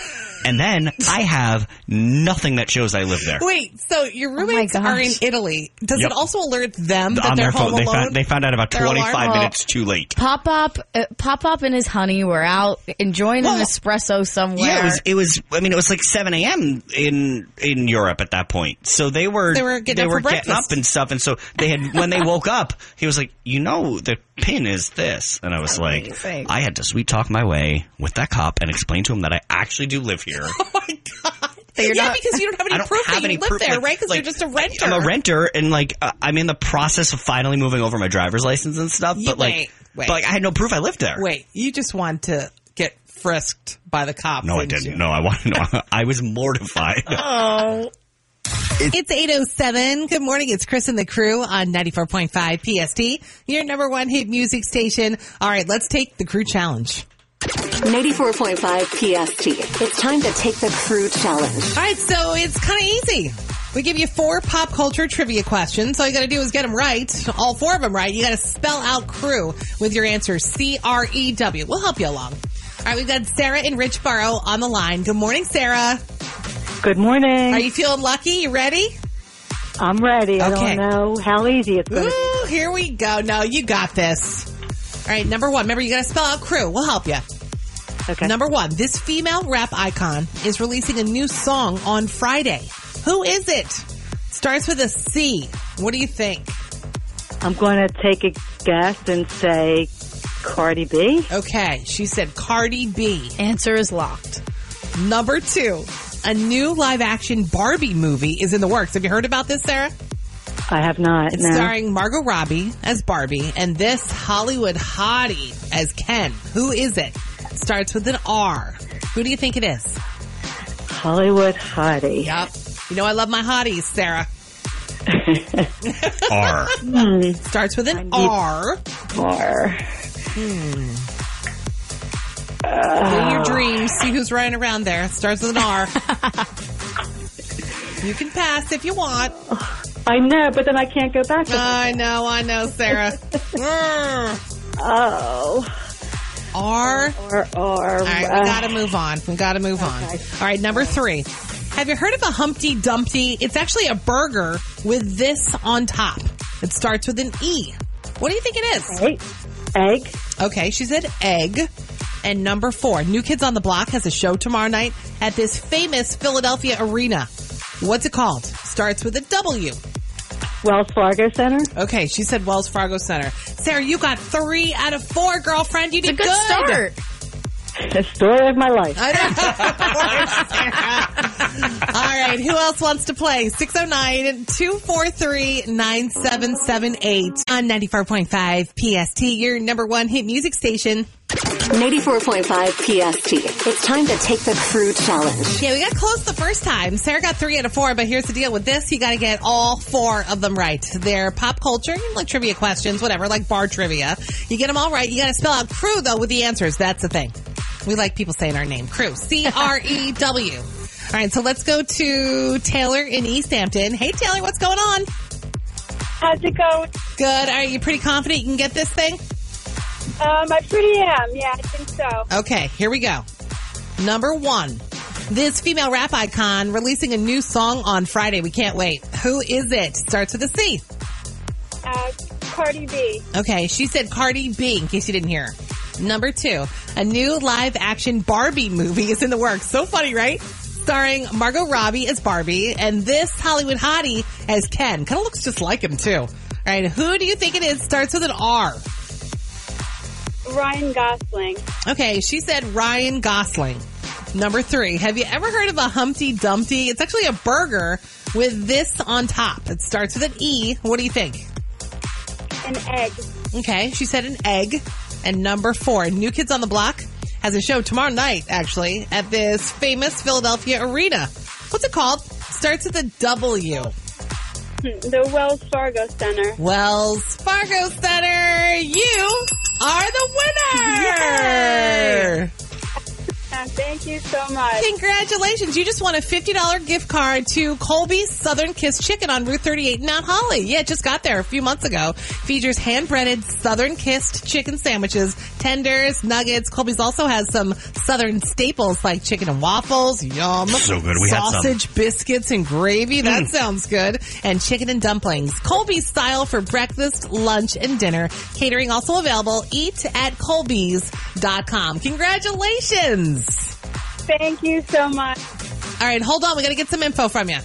[SPEAKER 3] and then I have nothing that shows I live there.
[SPEAKER 1] Wait, so your roommates
[SPEAKER 2] gosh.
[SPEAKER 1] are in Italy. Does
[SPEAKER 3] Yep.
[SPEAKER 1] it also alert them that
[SPEAKER 3] on
[SPEAKER 1] they're
[SPEAKER 3] their
[SPEAKER 1] home
[SPEAKER 3] phone, they
[SPEAKER 1] alone?
[SPEAKER 3] found, they found out about
[SPEAKER 1] Their alarm
[SPEAKER 3] 25
[SPEAKER 1] went
[SPEAKER 3] minutes too late.
[SPEAKER 2] Pop Up, uh, Pop Up and his honey were out enjoying
[SPEAKER 3] Well,
[SPEAKER 2] an espresso somewhere.
[SPEAKER 3] Yeah, it was. It was. I mean, it was like seven a.m. in in Europe at that point. So they were
[SPEAKER 1] They were getting up for
[SPEAKER 3] getting
[SPEAKER 1] breakfast.
[SPEAKER 3] up and stuff. And so they had when they woke up, he was like, "You know, the pin is this," and I was
[SPEAKER 2] amazing.
[SPEAKER 3] like, "I had to sweet talk my way with that cop and explain to him that I actually do live here."
[SPEAKER 2] you're
[SPEAKER 1] yeah,
[SPEAKER 2] not-
[SPEAKER 1] because you don't have any
[SPEAKER 3] I don't
[SPEAKER 1] proof
[SPEAKER 3] have
[SPEAKER 1] that
[SPEAKER 3] any
[SPEAKER 1] you live
[SPEAKER 3] proof,
[SPEAKER 1] there,
[SPEAKER 3] like-
[SPEAKER 1] right? Because
[SPEAKER 3] like,
[SPEAKER 1] you're just a renter.
[SPEAKER 3] I'm a renter, and like uh, I'm in the process of finally moving over my driver's license and stuff.
[SPEAKER 1] You-
[SPEAKER 3] but like,
[SPEAKER 1] wait, wait.
[SPEAKER 3] but like I had no proof I lived there.
[SPEAKER 1] Wait, you just want to get frisked by the cops?
[SPEAKER 3] No, I didn't.
[SPEAKER 1] you?
[SPEAKER 3] No, I want to know. I was mortified.
[SPEAKER 1] It's 807. Good morning. It's Chris and the crew on 94.5 PST, your number one hit music station. All right, let's take the crew challenge.
[SPEAKER 6] 94.5 PST. It's time to take the crew challenge.
[SPEAKER 1] All right, so it's kind of easy. We give you four pop culture trivia questions. All you got to do is get them right, all four of them right. You got to spell out crew with your answer C R E W. We'll help you along. All right, we've got Sarah in Richboro on the line. Good morning, Sarah.
[SPEAKER 7] Good morning.
[SPEAKER 1] Are you feeling lucky? You ready?
[SPEAKER 7] I'm ready. I
[SPEAKER 1] Okay.
[SPEAKER 7] don't know how easy it's going to be.
[SPEAKER 1] Ooh, here we go. No, you got this. All right, number one. Remember, you got to spell out crew. We'll help you.
[SPEAKER 7] Okay.
[SPEAKER 1] Number one, this female rap icon is releasing a new song on Friday. Who is it? Starts with a C. What do you think?
[SPEAKER 7] I'm going to take a guess and say Cardi B.
[SPEAKER 1] Okay, she said Cardi B.
[SPEAKER 2] Answer is locked.
[SPEAKER 1] Number two, a new live action Barbie movie is in the works. Have you heard about this, Sarah?
[SPEAKER 7] I have not.
[SPEAKER 1] It's
[SPEAKER 7] no.
[SPEAKER 1] starring Margot Robbie as Barbie and this Hollywood hottie as Ken. Who is it? Starts with an R. Who do you think it is?
[SPEAKER 7] Hollywood hottie.
[SPEAKER 1] Yep. You know I love my hotties, Sarah.
[SPEAKER 3] R.
[SPEAKER 1] Starts with an R.
[SPEAKER 7] Or
[SPEAKER 1] In your dreams, see who's running around there. Starts with an R. you can pass if you want.
[SPEAKER 7] I know, but then I can't go back. to
[SPEAKER 1] I know, I know, Sarah. Mm.
[SPEAKER 7] oh,
[SPEAKER 1] R.
[SPEAKER 7] or uh, or.
[SPEAKER 1] All right, we gotta move on. We gotta move on. All right, number three. Have you heard of a Humpty Dumpty? It's actually a burger with this on top. It starts with an E. What do you think it is?
[SPEAKER 7] Egg. Egg.
[SPEAKER 1] Okay, she said egg. And number four, New Kids on the Block has a show tomorrow night at this famous Philadelphia arena. What's it called? Starts with a W.
[SPEAKER 7] Wells Fargo Center.
[SPEAKER 1] Okay, she said Wells Fargo Center. Sarah, you got three out of four, girlfriend. You
[SPEAKER 2] It's
[SPEAKER 1] did
[SPEAKER 2] a good, start.
[SPEAKER 7] The story of my life.
[SPEAKER 1] I know. All right. Who else wants to play? 609-243-9778 on 94.5 PST, your number one hit music station.
[SPEAKER 6] 94.5 PST. It's time to take the crew challenge.
[SPEAKER 1] Yeah, we got close the first time. Sarah got three out of four, but here's the deal with this. You got to get all four of them right. They're pop culture, like trivia questions, whatever, like bar trivia. You get them all right. You got to spell out crew, though, with the answers. That's the thing. We like people saying our name. Crew. C-R-E-W. all right, so let's go to Taylor in East Hampton. Hey, Taylor, what's going on?
[SPEAKER 8] How's it going?
[SPEAKER 1] Good. Are you pretty confident you can get this thing?
[SPEAKER 8] Um, I pretty am. Yeah, I think so.
[SPEAKER 1] Okay, here we go. Number one. This female rap icon releasing a new song on Friday. We can't wait. Who is it? Starts with a C.
[SPEAKER 8] Uh, Cardi B.
[SPEAKER 1] Okay, she said Cardi B in case you didn't hear. her. Number two, a new live action Barbie movie is in the works. So funny, right? Starring Margot Robbie as Barbie and this Hollywood hottie as Ken. Kind of looks just like him too. All right, who do you think it is? Starts with an R.
[SPEAKER 8] Ryan Gosling.
[SPEAKER 1] Okay, she said Ryan Gosling. Number three, have you ever heard of a Humpty Dumpty? It's actually a burger with this on top. It starts with an E. What do you think?
[SPEAKER 8] An egg.
[SPEAKER 1] Okay, she said an egg. And number four, New Kids on the Block has a show tomorrow night, actually, at this famous Philadelphia arena. What's it called? Starts with a W.
[SPEAKER 8] Hmm, The Wells Fargo Center.
[SPEAKER 1] Wells Fargo Center, you are the winner!
[SPEAKER 8] Uh, thank you so much.
[SPEAKER 1] Congratulations. You just won a $50 gift card to Colby's Southern Kiss Chicken on Route 38 in Mount Holly. Yeah, it just got there a few months ago. Features hand breaded Southern Kissed chicken sandwiches, tenders, nuggets. Colby's also has some Southern staples like chicken and waffles. Yum.
[SPEAKER 3] So good. We had some. Mm.
[SPEAKER 1] Sausage, biscuits, and gravy. That sounds good. And chicken and dumplings. Colby's style for breakfast, lunch, and dinner. Catering also available. Eat at colbys.com. Congratulations.
[SPEAKER 8] Thank you so much.
[SPEAKER 1] All right, hold on. We got to get some info from you.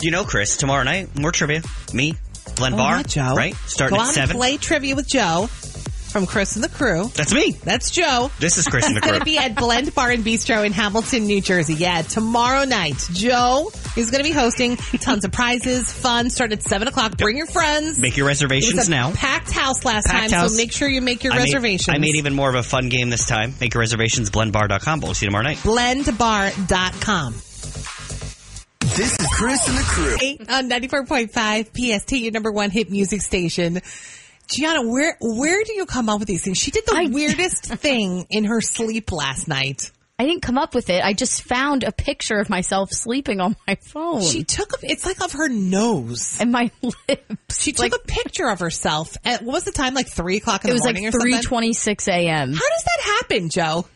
[SPEAKER 3] You know, Chris, tomorrow night, more trivia. Me, Glenn Barr, right?
[SPEAKER 1] Oh, Go
[SPEAKER 3] Starting at
[SPEAKER 1] out and
[SPEAKER 3] 7.
[SPEAKER 1] play trivia with Joe from Chris and the Crew.
[SPEAKER 3] That's me.
[SPEAKER 1] That's Joe.
[SPEAKER 3] This is Chris in the
[SPEAKER 1] Going
[SPEAKER 3] crew.
[SPEAKER 1] to be at Blend Bar and Bistro in Hamilton, New Jersey. Yeah, tomorrow night. Joe is going to be hosting tons of prizes, fun. Start at seven o'clock. Bring your friends.
[SPEAKER 3] Make your
[SPEAKER 1] it
[SPEAKER 3] reservations
[SPEAKER 1] was a
[SPEAKER 3] now.
[SPEAKER 1] packed house last
[SPEAKER 3] Packed
[SPEAKER 1] time,
[SPEAKER 3] house.
[SPEAKER 1] so make sure you make your
[SPEAKER 3] I made-
[SPEAKER 1] reservations.
[SPEAKER 3] I made even more of a fun game this time. Make your reservations, blendbar.com. But we'll see you tomorrow night.
[SPEAKER 1] blendbar.com.
[SPEAKER 5] This is Chris and the crew.
[SPEAKER 1] eight on ninety four point five PST, your number one hit music station. Gianna, where where do you come up with these things? She did the
[SPEAKER 2] I-
[SPEAKER 1] weirdest thing in her sleep last night.
[SPEAKER 2] I didn't come up with it. I just found a picture of myself sleeping on my phone
[SPEAKER 1] She took a, it's like of her nose.
[SPEAKER 2] and my lips.
[SPEAKER 1] She took
[SPEAKER 2] Like-
[SPEAKER 1] a picture of herself at what was the time? Like three o'clock in
[SPEAKER 2] It
[SPEAKER 1] the
[SPEAKER 2] was like
[SPEAKER 1] morning or
[SPEAKER 2] three
[SPEAKER 1] something.
[SPEAKER 2] twenty-six a.m.
[SPEAKER 1] How does that happen, Joe?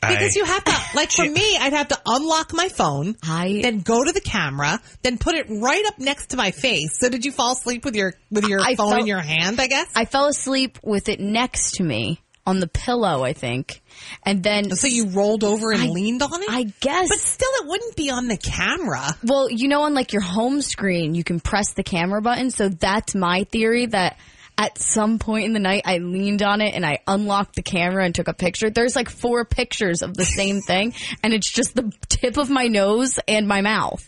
[SPEAKER 1] Because
[SPEAKER 3] I-
[SPEAKER 1] you have to, like for me, I'd have to unlock my phone,
[SPEAKER 2] I-
[SPEAKER 1] then go to the camera, then put it right up next to my face. So did you fall asleep with your with your
[SPEAKER 2] I
[SPEAKER 1] phone in
[SPEAKER 2] felt-
[SPEAKER 1] your hand? I guess.
[SPEAKER 2] I fell asleep with it next to me on the pillow, I think, and then
[SPEAKER 1] So you rolled over and leaned on it?
[SPEAKER 2] I guess.
[SPEAKER 1] But still, it wouldn't be on the camera.
[SPEAKER 2] Well, you know, on like your home screen, you can press the camera button. So that's my theory that at some point in the night, I leaned on it and I unlocked the camera and took a picture. There's like four pictures of the same thing, and it's just the tip of my nose and my mouth.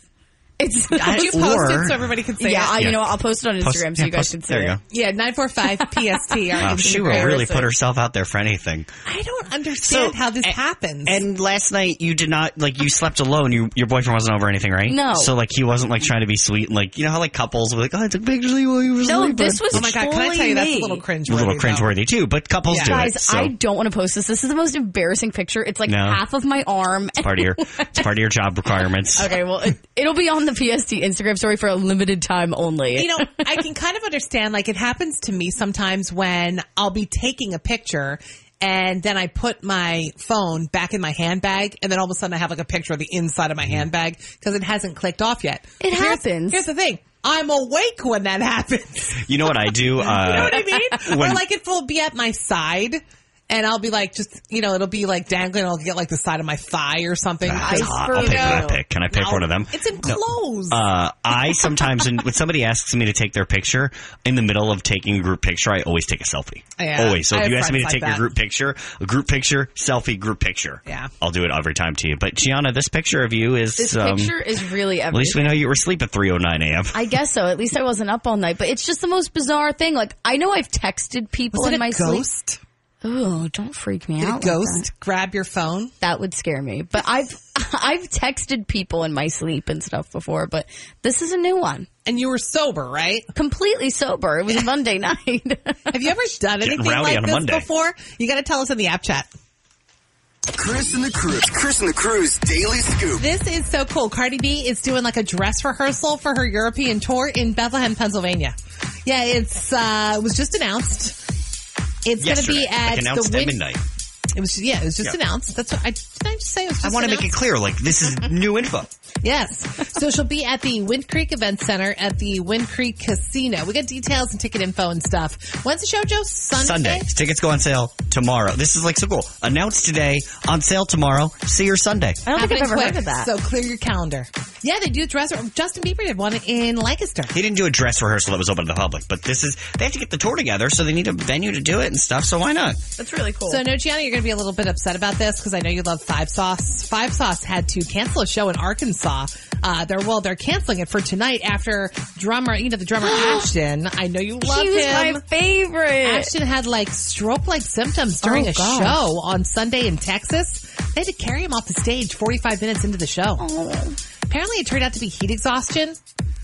[SPEAKER 2] It's
[SPEAKER 1] Did you post it so everybody can see
[SPEAKER 2] yeah,
[SPEAKER 1] it?
[SPEAKER 2] I,
[SPEAKER 3] Yeah.
[SPEAKER 2] you know, I'll post it on
[SPEAKER 3] Post-
[SPEAKER 2] Instagram so
[SPEAKER 3] yeah,
[SPEAKER 2] you guys
[SPEAKER 3] post-
[SPEAKER 2] can see
[SPEAKER 3] there
[SPEAKER 2] it.
[SPEAKER 3] you go.
[SPEAKER 1] yeah, 945 PST.
[SPEAKER 3] Wow, uh, she will really put herself out there for anything.
[SPEAKER 1] I don't understand
[SPEAKER 3] So-
[SPEAKER 1] how this happens.
[SPEAKER 3] And last night you did not like you slept alone. You, your boyfriend wasn't over or anything, right?
[SPEAKER 2] No.
[SPEAKER 3] So like he wasn't like trying to be sweet. And, like you know how like couples were like, oh, I took pictures of you while you were
[SPEAKER 2] No,
[SPEAKER 3] sleeping.
[SPEAKER 2] this was
[SPEAKER 1] oh my God, can I
[SPEAKER 2] fully
[SPEAKER 1] tell you that's a
[SPEAKER 2] me.
[SPEAKER 1] little cringe
[SPEAKER 3] a little cringeworthy too, but couples
[SPEAKER 1] Yeah.
[SPEAKER 3] do
[SPEAKER 2] Guys,
[SPEAKER 3] it. So.
[SPEAKER 2] I don't want to post this. This is the most embarrassing picture. It's like
[SPEAKER 3] No.
[SPEAKER 2] half of my arm.
[SPEAKER 3] Part of your, it's part of your job requirements.
[SPEAKER 2] okay, well, it, it'll be on the PST Instagram story for a limited time only.
[SPEAKER 1] You know, I can kind of understand, like, it happens to me sometimes when I'll be taking a picture. And then I put my phone back in my handbag, and then all of a sudden I have like a picture of the inside of
[SPEAKER 3] Mm-hmm.
[SPEAKER 1] my handbag because it hasn't clicked off yet.
[SPEAKER 2] It
[SPEAKER 1] Here's-
[SPEAKER 2] happens.
[SPEAKER 1] Here's the thing: I'm awake when that happens.
[SPEAKER 3] You know what I do? Uh,
[SPEAKER 1] You know what I mean?
[SPEAKER 3] When-
[SPEAKER 1] or like it will be at my side. And I'll be like, just you know, it'll be like dangling. I'll get like the side of my thigh or something.
[SPEAKER 3] Ah,
[SPEAKER 1] Just
[SPEAKER 3] it's hot. I'll
[SPEAKER 1] for
[SPEAKER 3] pay for
[SPEAKER 1] you.
[SPEAKER 3] that pick. Can I pick
[SPEAKER 1] No,
[SPEAKER 3] one of them?
[SPEAKER 1] It's in
[SPEAKER 3] No.
[SPEAKER 1] clothes.
[SPEAKER 3] Uh, I sometimes, and when somebody asks me to take their picture, in the middle of taking a group picture, I always take a selfie.
[SPEAKER 1] Yeah,
[SPEAKER 3] always. So
[SPEAKER 1] I
[SPEAKER 3] if
[SPEAKER 1] have
[SPEAKER 3] you ask me to
[SPEAKER 1] friends
[SPEAKER 3] take
[SPEAKER 1] like
[SPEAKER 3] your
[SPEAKER 1] that.
[SPEAKER 3] group picture, a group picture, selfie, group picture.
[SPEAKER 1] Yeah.
[SPEAKER 3] I'll do it every time to you. But Gianna, this picture of you is.
[SPEAKER 2] This
[SPEAKER 3] um,
[SPEAKER 2] picture is really
[SPEAKER 3] At least
[SPEAKER 2] everything.
[SPEAKER 3] we know you were asleep at 3.09 a.m.
[SPEAKER 2] I guess so. At least I wasn't up all night. But it's just the most bizarre thing. Like I know I've texted people
[SPEAKER 1] Was it
[SPEAKER 2] in
[SPEAKER 1] a
[SPEAKER 2] my sleep.
[SPEAKER 1] ghost?
[SPEAKER 2] Oh, don't freak me
[SPEAKER 1] Did a
[SPEAKER 2] out. like
[SPEAKER 1] ghost
[SPEAKER 2] that.
[SPEAKER 1] grab your phone?
[SPEAKER 2] that would scare me. But I've I've texted people in my sleep and stuff before, but this is a new one.
[SPEAKER 1] And you were sober, right?
[SPEAKER 2] Completely sober. It was Monday night.
[SPEAKER 1] Have you ever done anything
[SPEAKER 3] rowdy
[SPEAKER 1] like
[SPEAKER 3] on a
[SPEAKER 1] this
[SPEAKER 3] Monday.
[SPEAKER 1] before? You got to tell us in the app chat.
[SPEAKER 5] Chris and the crew. It's Chris and the crew's daily scoop.
[SPEAKER 1] This is so cool. Cardi B is doing like a dress rehearsal for her European tour in Bethlehem, Pennsylvania. Yeah, it's uh it was just announced. It's going to
[SPEAKER 3] Yesterday,
[SPEAKER 1] be at
[SPEAKER 3] like announced
[SPEAKER 1] the
[SPEAKER 3] at
[SPEAKER 1] Win-
[SPEAKER 3] midnight.
[SPEAKER 1] It was yeah, it was just
[SPEAKER 3] Yeah.
[SPEAKER 1] announced. That's what I did. I just say it was just
[SPEAKER 3] I want to make it
[SPEAKER 1] announced?
[SPEAKER 3] clear, like this is new info.
[SPEAKER 1] Yes. So she'll be at the Wind Creek Event Center at the Wind Creek Casino. We got details and ticket info and stuff. When's the show, Joe? Sunday.
[SPEAKER 3] Sunday. Tickets go on sale tomorrow. This is like so cool. Announced today, on sale tomorrow. See her Sunday.
[SPEAKER 2] I don't think I've
[SPEAKER 1] Happening
[SPEAKER 2] ever
[SPEAKER 1] quick,
[SPEAKER 2] heard of that.
[SPEAKER 1] So clear your calendar. Yeah, they do dress. Justin Bieber did one in Lancaster.
[SPEAKER 3] He didn't do a dress rehearsal that was open to the public, but this is they have to get the tour together, so they need a venue to do it and stuff. So why not?
[SPEAKER 2] That's really cool.
[SPEAKER 1] So, no, Gianna, you're going to be a little bit upset about this because I know you love Five Sauce. Five Sauce had to cancel a show in Arkansas. Uh, they're well, they're canceling it for tonight after drummer, you know, the drummer Ashton. I know you love
[SPEAKER 2] she was
[SPEAKER 1] him.
[SPEAKER 2] my favorite.
[SPEAKER 1] Ashton had like stroke-like symptoms during
[SPEAKER 2] Oh,
[SPEAKER 1] a
[SPEAKER 2] gosh.
[SPEAKER 1] show on Sunday in Texas. They had to carry him off the stage 45 minutes into the show.
[SPEAKER 2] Oh.
[SPEAKER 1] Apparently, it turned out to be heat exhaustion.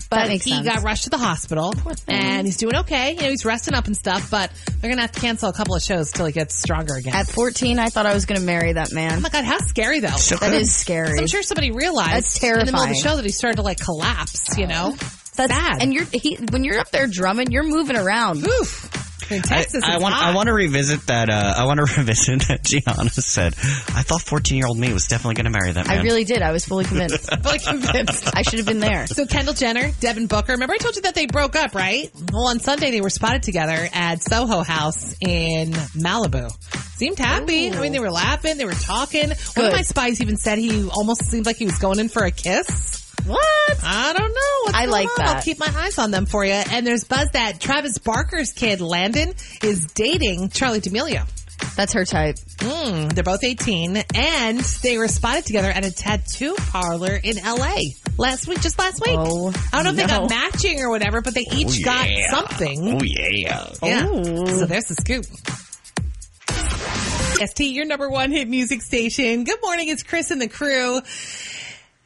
[SPEAKER 1] But
[SPEAKER 2] That
[SPEAKER 1] he
[SPEAKER 2] makes sense.
[SPEAKER 1] got rushed to the hospital, and he's doing okay. You know, he's resting up and stuff. But they're gonna have to cancel a couple of shows till he gets stronger again.
[SPEAKER 2] At 14, I thought I was going to marry that man.
[SPEAKER 1] Oh my god, how scary though! So
[SPEAKER 2] That is scary.
[SPEAKER 1] I'm sure somebody realized
[SPEAKER 2] That's
[SPEAKER 1] in the middle of the
[SPEAKER 2] terrifying.
[SPEAKER 1] show that he started to like collapse. You know,
[SPEAKER 2] That's
[SPEAKER 1] sad.
[SPEAKER 2] And you're he, when you're up there drumming, you're moving around.
[SPEAKER 1] Oof. In Texas,
[SPEAKER 3] I, I
[SPEAKER 1] it's
[SPEAKER 3] want.
[SPEAKER 1] hot.
[SPEAKER 3] I want to revisit that. Uh, I want to revisit that. Gianna said, "I thought 14 year old me was definitely going to marry that man."
[SPEAKER 2] I really did. I was fully convinced.
[SPEAKER 1] Fully convinced.
[SPEAKER 2] I should have been there.
[SPEAKER 1] So Kendall Jenner, Devin Booker. Remember I told you that they broke up, right? Well, on Sunday they were spotted together at Soho House in Malibu. Seemed happy. I mean, they were laughing, they were talking. One of
[SPEAKER 2] Good.
[SPEAKER 1] my spies even said he almost seemed like he was going in for a kiss.
[SPEAKER 2] What?
[SPEAKER 1] I don't know. What's
[SPEAKER 2] I
[SPEAKER 1] going
[SPEAKER 2] like
[SPEAKER 1] on?
[SPEAKER 2] that.
[SPEAKER 1] I'll keep my eyes on them for you. And there's buzz that Travis Barker's kid Landon is dating Charlie D'Amelio.
[SPEAKER 2] That's her type. Mm-hmm.
[SPEAKER 1] Mm, they're both 18, and they were spotted together at a tattoo parlor in LA last week, just last week.
[SPEAKER 2] Oh,
[SPEAKER 1] I don't know if they got
[SPEAKER 2] no.
[SPEAKER 1] matching or whatever, but they each got
[SPEAKER 3] yeah.
[SPEAKER 1] something.
[SPEAKER 3] Oh yeah.
[SPEAKER 1] Yeah.
[SPEAKER 2] Ooh.
[SPEAKER 1] So there's the scoop. ST, your number one hit music station. Good morning. It's Chris and the crew.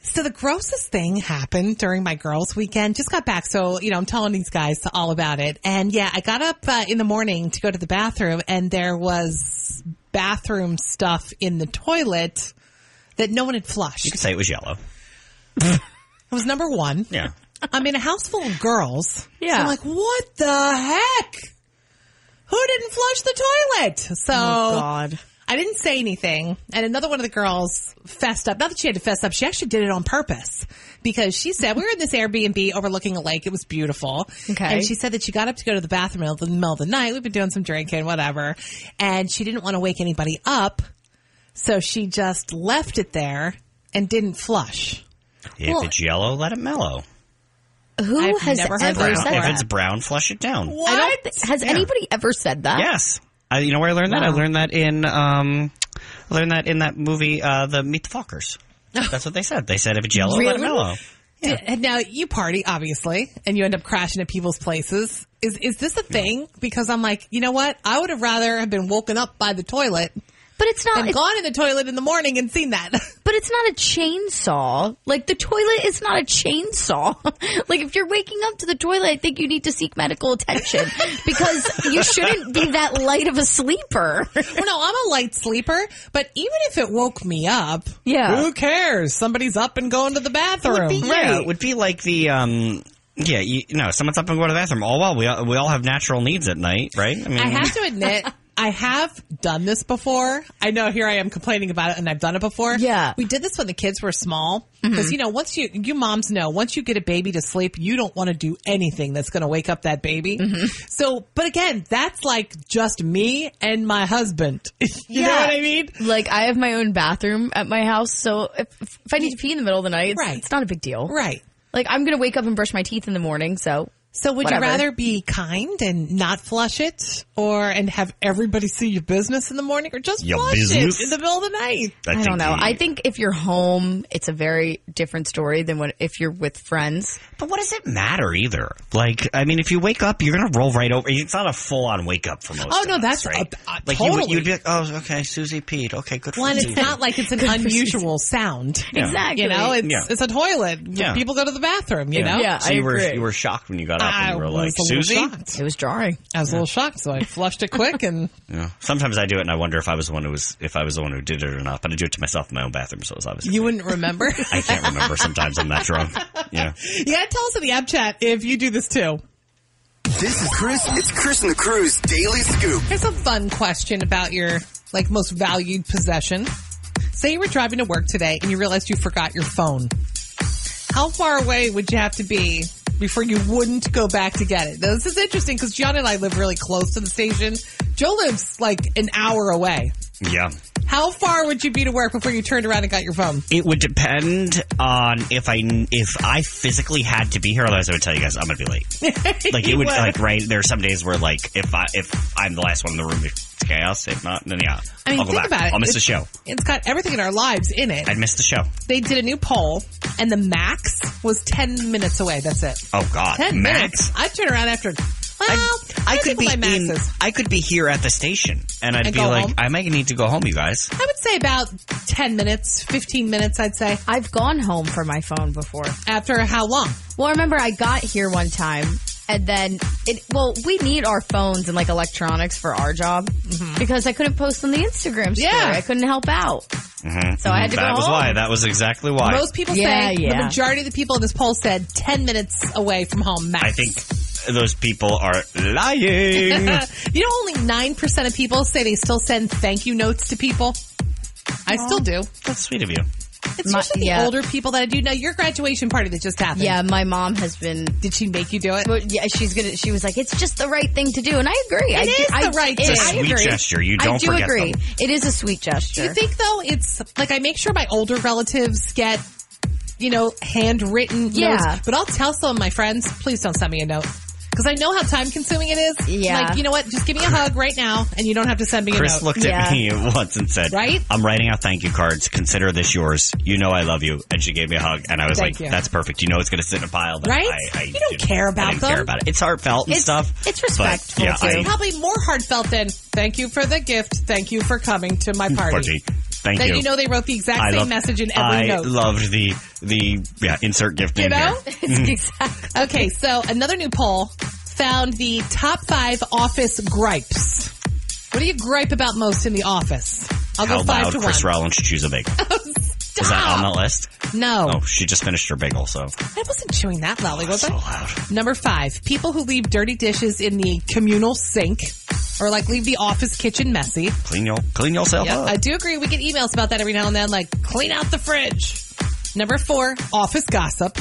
[SPEAKER 1] So the grossest thing happened during my girls' weekend. Just got back, so you know I'm telling these guys all about it. And yeah, I got up uh, in the morning to go to the bathroom, and there was bathroom stuff in the toilet that no one had flushed.
[SPEAKER 3] You could say it was yellow.
[SPEAKER 1] It was number one.
[SPEAKER 3] Yeah.
[SPEAKER 1] I'm in a house full of girls.
[SPEAKER 2] Yeah.
[SPEAKER 1] So I'm like, what the heck? Who didn't flush the toilet? So
[SPEAKER 2] Oh, God.
[SPEAKER 1] I didn't say anything. And another one of the girls fessed up. Not that she had to fess up. She actually did it on purpose because she said we were in this Airbnb overlooking a lake. It was beautiful.
[SPEAKER 2] Okay.
[SPEAKER 1] And she said that she got up to go to the bathroom in the middle of the night. We've been doing some drinking, whatever. And she didn't want to wake anybody up. So she just left it there and didn't flush.
[SPEAKER 3] If
[SPEAKER 2] Well-
[SPEAKER 3] it's yellow, let it mellow.
[SPEAKER 2] Who
[SPEAKER 1] I've
[SPEAKER 2] has
[SPEAKER 1] never
[SPEAKER 2] ever
[SPEAKER 1] heard
[SPEAKER 2] said
[SPEAKER 1] that.
[SPEAKER 3] Brown- if it's
[SPEAKER 2] that?
[SPEAKER 3] brown, flush it down.
[SPEAKER 2] I don't. thi- has anybody ever said that?
[SPEAKER 3] Yes. I, you know where I learned that? I
[SPEAKER 2] Wow.
[SPEAKER 3] learned that in um, I learned that in that movie, uh, the Meet the Fockers. That's what they said. They said if it's yellow, let it
[SPEAKER 2] Really?
[SPEAKER 3] mellow.
[SPEAKER 1] Did- now you party obviously, and you end up crashing at people's places. Is is this a thing? Because I'm like, you know what? I would have rather have been woken up by the toilet
[SPEAKER 2] But it's not.
[SPEAKER 1] than gone in the toilet in the morning and seen that.
[SPEAKER 2] But it's not a chainsaw. Like the toilet is not a chainsaw. like if you're waking up to the toilet, I think you need to seek medical attention because you shouldn't be that light of a sleeper.
[SPEAKER 1] well, no, I'm a light sleeper, but even if it woke me up,
[SPEAKER 2] Yeah.
[SPEAKER 1] who cares? Somebody's up and going to the bathroom.
[SPEAKER 3] Yeah, it would be like the um. Yeah, you, no, someone's up and go to the bathroom. Oh well, we all, we all have natural needs at night, right? I mean,
[SPEAKER 1] I have
[SPEAKER 2] Mm-hmm.
[SPEAKER 1] to admit, I have done this before. I know here I am complaining about it and I've done it before.
[SPEAKER 2] Yeah. Mm-hmm.
[SPEAKER 1] We did this when the kids were small. Because, you know, once you, you moms know, once you get a baby to sleep, you don't want to do anything that's going to wake up that baby.
[SPEAKER 2] Mm-hmm.
[SPEAKER 1] So, but again, that's like just me and my husband. you know what I mean?
[SPEAKER 2] Like I have my own bathroom at my house, so if, if I need to pee in the middle of the night, it's,
[SPEAKER 1] Right.
[SPEAKER 2] it's not a big deal.
[SPEAKER 1] Right.
[SPEAKER 2] Like I'm gonna wake up and brush my teeth in the morning, so
[SPEAKER 1] So would
[SPEAKER 2] Whatever.
[SPEAKER 1] you rather be kind and not flush it or and have everybody see your business in the morning or just
[SPEAKER 3] Your
[SPEAKER 1] flush
[SPEAKER 3] business?
[SPEAKER 1] it in the middle of the night?
[SPEAKER 2] I don't know.
[SPEAKER 3] you-
[SPEAKER 2] I think if you're home, it's a very different story than when if you're with friends.
[SPEAKER 3] But what does it matter either? Like, I mean, if you wake up, you're gonna roll right over. It's not a full on wake up for most.
[SPEAKER 1] Oh,
[SPEAKER 3] of
[SPEAKER 1] no,
[SPEAKER 3] us,
[SPEAKER 1] that's-
[SPEAKER 3] right.
[SPEAKER 1] uh, uh,
[SPEAKER 3] like you,
[SPEAKER 1] totally.
[SPEAKER 3] would- you'd be like, oh, okay, Susie peed. Okay, good for
[SPEAKER 1] Well, and
[SPEAKER 3] you.
[SPEAKER 1] it's not like it's an unusual sound.
[SPEAKER 2] Exactly.
[SPEAKER 1] You know, it's
[SPEAKER 3] Yeah.
[SPEAKER 1] it's a toilet.
[SPEAKER 3] Yeah.
[SPEAKER 1] People go to the bathroom, you know?
[SPEAKER 2] Yeah,
[SPEAKER 3] so
[SPEAKER 2] I
[SPEAKER 3] you were
[SPEAKER 2] agree.
[SPEAKER 3] you were shocked when you got up and
[SPEAKER 1] I
[SPEAKER 3] you were
[SPEAKER 1] was
[SPEAKER 3] like,
[SPEAKER 1] a little
[SPEAKER 3] Susie.
[SPEAKER 1] shocked.
[SPEAKER 2] It was jarring.
[SPEAKER 1] I was a little shocked, so I flushed it quick and
[SPEAKER 3] Yeah. Sometimes I do it, and I wonder if I was the one who was if I was the one who did it or not. But I do it to myself in my own bathroom, so it was obviously
[SPEAKER 1] you wouldn't remember.
[SPEAKER 3] I can't remember. Sometimes I'm that drunk. Yeah.
[SPEAKER 1] yeah, tell us in the app chat if you do this too.
[SPEAKER 5] This is Chris. It's Chris and the Crew's Daily Scoop.
[SPEAKER 1] Here's a fun question about your like most valued possession. Say you were driving to work today and you realized you forgot your phone. How far away would you have to be before you wouldn't go back to get it? Now, This is interesting because Gianna and I live really close to the station. Joe lives like an hour away.
[SPEAKER 3] Yeah.
[SPEAKER 1] How far would you be to work before you turned around and got your phone?
[SPEAKER 3] It would depend on if I if I physically had to be here. Otherwise, I would tell you guys I'm gonna be late. Like it would like right. There are some days where like if I if I'm the last one in the room, it's chaos. If not, then yeah,
[SPEAKER 1] I mean,
[SPEAKER 3] will go
[SPEAKER 1] think
[SPEAKER 3] back.
[SPEAKER 1] about it.
[SPEAKER 3] I'll miss the
[SPEAKER 1] It's-
[SPEAKER 3] show.
[SPEAKER 1] It's got everything in our lives in it.
[SPEAKER 3] I'd miss the show.
[SPEAKER 1] They did a new poll and the max was 10 minutes away. That's it.
[SPEAKER 3] Oh God,
[SPEAKER 1] 10
[SPEAKER 3] Max.
[SPEAKER 1] minutes. I'd turn around after. Well,
[SPEAKER 3] I, I
[SPEAKER 1] depends
[SPEAKER 3] could
[SPEAKER 1] on
[SPEAKER 3] be
[SPEAKER 1] my
[SPEAKER 3] in,
[SPEAKER 1] maxes.
[SPEAKER 3] I could be here at the station, and I'd
[SPEAKER 1] And
[SPEAKER 3] be
[SPEAKER 1] go
[SPEAKER 3] like,
[SPEAKER 1] home. Mm-hmm.
[SPEAKER 3] I might need to go home, you guys.
[SPEAKER 1] I would say about 10 minutes, 15 minutes, I'd say.
[SPEAKER 2] I've gone home for my phone before.
[SPEAKER 1] After how long?
[SPEAKER 2] Well, I remember I got here one time and then it, well, we need our phones and like electronics for our job because I couldn't post on the Instagram story.
[SPEAKER 1] Yeah.
[SPEAKER 2] I couldn't help out. So I had to
[SPEAKER 3] Mm-hmm. that
[SPEAKER 2] go
[SPEAKER 3] was
[SPEAKER 2] home.
[SPEAKER 3] why. That was exactly why.
[SPEAKER 1] Most people
[SPEAKER 2] Yeah,
[SPEAKER 1] say the
[SPEAKER 2] yeah.
[SPEAKER 1] majority of the people in this poll said 10 minutes away from home max.
[SPEAKER 3] I think those people are lying.
[SPEAKER 1] you know, only 9% of people say they still send thank you notes to people. I still do.
[SPEAKER 3] That's sweet of you.
[SPEAKER 1] It's
[SPEAKER 2] My-
[SPEAKER 1] usually the
[SPEAKER 2] yeah.
[SPEAKER 1] older people that I do. Now, your graduation party that just happened.
[SPEAKER 2] Yeah, my mom has been.
[SPEAKER 1] Did she make you do it?
[SPEAKER 2] But yeah, she's gonna. She was like, "It's just the right thing to do," and I agree. I
[SPEAKER 1] It
[SPEAKER 2] do-
[SPEAKER 1] is
[SPEAKER 2] I-
[SPEAKER 1] the right
[SPEAKER 2] it-
[SPEAKER 1] thing. It's
[SPEAKER 3] a
[SPEAKER 2] I
[SPEAKER 3] sweet
[SPEAKER 2] agree.
[SPEAKER 3] gesture. You don't
[SPEAKER 2] I do
[SPEAKER 3] forget
[SPEAKER 2] agree.
[SPEAKER 3] them.
[SPEAKER 2] It is a sweet gesture.
[SPEAKER 1] Do you think though it's like I make sure my older relatives get, you know, handwritten
[SPEAKER 2] Yeah.
[SPEAKER 1] notes, but I'll tell some of my friends, please don't send me a note. Because I know how time consuming it is.
[SPEAKER 2] Yeah.
[SPEAKER 1] Like, you know what? Just give me a hug right now and you don't have to send me
[SPEAKER 3] Chris
[SPEAKER 1] a note.
[SPEAKER 3] looked at
[SPEAKER 2] Yeah.
[SPEAKER 3] me once and said,
[SPEAKER 1] Right?
[SPEAKER 3] I'm writing out thank you cards. Consider this yours. You know I love you." And she gave me a hug, and I was
[SPEAKER 1] Thank
[SPEAKER 3] like,
[SPEAKER 1] you.
[SPEAKER 3] "That's perfect. You know it's going to sit in a pile." that
[SPEAKER 1] Right?
[SPEAKER 3] I, I
[SPEAKER 1] You don't
[SPEAKER 3] didn't-
[SPEAKER 1] care
[SPEAKER 3] I
[SPEAKER 1] about
[SPEAKER 3] didn't
[SPEAKER 1] them.
[SPEAKER 3] Care about it. It's heartfelt and
[SPEAKER 2] It's-
[SPEAKER 3] stuff.
[SPEAKER 2] it's
[SPEAKER 3] but,
[SPEAKER 2] respectful,
[SPEAKER 3] yeah,
[SPEAKER 2] too.
[SPEAKER 3] I-
[SPEAKER 1] Probably more heartfelt than thank you for the gift. Thank you for coming to my party.
[SPEAKER 3] Party. Thank
[SPEAKER 1] Then
[SPEAKER 3] you.
[SPEAKER 1] you know they wrote the exact
[SPEAKER 3] I
[SPEAKER 1] same
[SPEAKER 3] loved-
[SPEAKER 1] message in every
[SPEAKER 3] I
[SPEAKER 1] note.
[SPEAKER 3] loved the the yeah insert gift
[SPEAKER 1] you
[SPEAKER 3] name
[SPEAKER 1] know?
[SPEAKER 3] here.
[SPEAKER 2] exactly.
[SPEAKER 1] Okay, so another new poll found the top five office gripes. What do you gripe about most in the office? I'll
[SPEAKER 3] How
[SPEAKER 1] go five
[SPEAKER 3] loud
[SPEAKER 1] to
[SPEAKER 3] Chris
[SPEAKER 1] one. Oh,
[SPEAKER 3] Rollins chews a bagel. Is that on that list?
[SPEAKER 1] No,
[SPEAKER 3] Oh, she just finished her bagel, so
[SPEAKER 1] I wasn't chewing that loudly, was
[SPEAKER 3] so
[SPEAKER 1] I?
[SPEAKER 3] loud.
[SPEAKER 1] Number five, people who leave dirty dishes in the communal sink or like leave the office kitchen messy.
[SPEAKER 3] Clean your clean yourself
[SPEAKER 1] Yeah,
[SPEAKER 3] up.
[SPEAKER 1] I do agree. We get emails about that every now and then, like clean out the fridge. Number four, office gossip.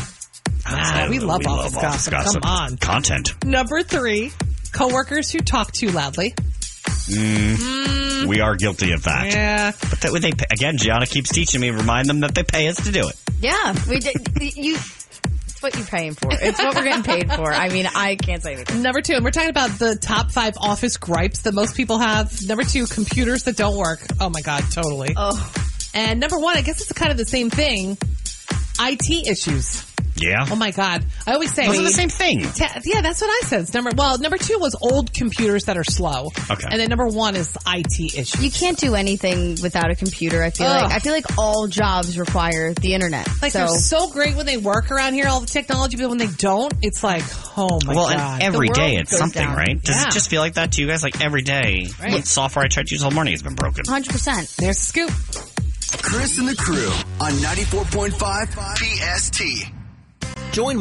[SPEAKER 1] Ah, we love office gossip. Come on.
[SPEAKER 3] Content.
[SPEAKER 1] Number three, coworkers who talk too loudly.
[SPEAKER 3] We are guilty of that.
[SPEAKER 1] Hmm. Yeah.
[SPEAKER 3] But that way they pay. again, Gianna keeps teaching me, remind them that they pay us to do it.
[SPEAKER 2] Yeah, we did. You. It's what you're paying for. It's what we're getting paid for. I mean, I can't say anything.
[SPEAKER 1] Number two, and we're talking about the top five office gripes that most people have. Number two, computers that don't work. Oh my God, totally.
[SPEAKER 2] Oh,
[SPEAKER 1] And number one, I guess it's kind of the same thing. IT issues.
[SPEAKER 3] Yeah.
[SPEAKER 1] Oh my God. I always say.
[SPEAKER 3] Those are the same thing.
[SPEAKER 1] Ta- yeah, that's what I said. It's number well, number two was old computers that are slow.
[SPEAKER 3] Okay.
[SPEAKER 1] And then number one is IT issues.
[SPEAKER 2] you can't do anything without a computer. I feel
[SPEAKER 1] Ugh.
[SPEAKER 2] like I feel like all jobs require the internet.
[SPEAKER 1] Like
[SPEAKER 2] so
[SPEAKER 1] they're so great when they work around here, all the technology, but when they don't, it's like, oh my
[SPEAKER 3] Well,
[SPEAKER 1] god.
[SPEAKER 3] and every
[SPEAKER 2] The
[SPEAKER 3] day
[SPEAKER 2] world
[SPEAKER 3] it's
[SPEAKER 2] goes
[SPEAKER 3] something,
[SPEAKER 2] down.
[SPEAKER 3] right? Does
[SPEAKER 1] Yeah.
[SPEAKER 3] it just feel like that to you guys? Like every day,
[SPEAKER 1] Right.
[SPEAKER 3] what software I tried to use all morning has been broken.
[SPEAKER 2] 100. percent
[SPEAKER 1] There's a scoop.
[SPEAKER 5] Chris and the Crew on 94.5 PST.
[SPEAKER 9] Join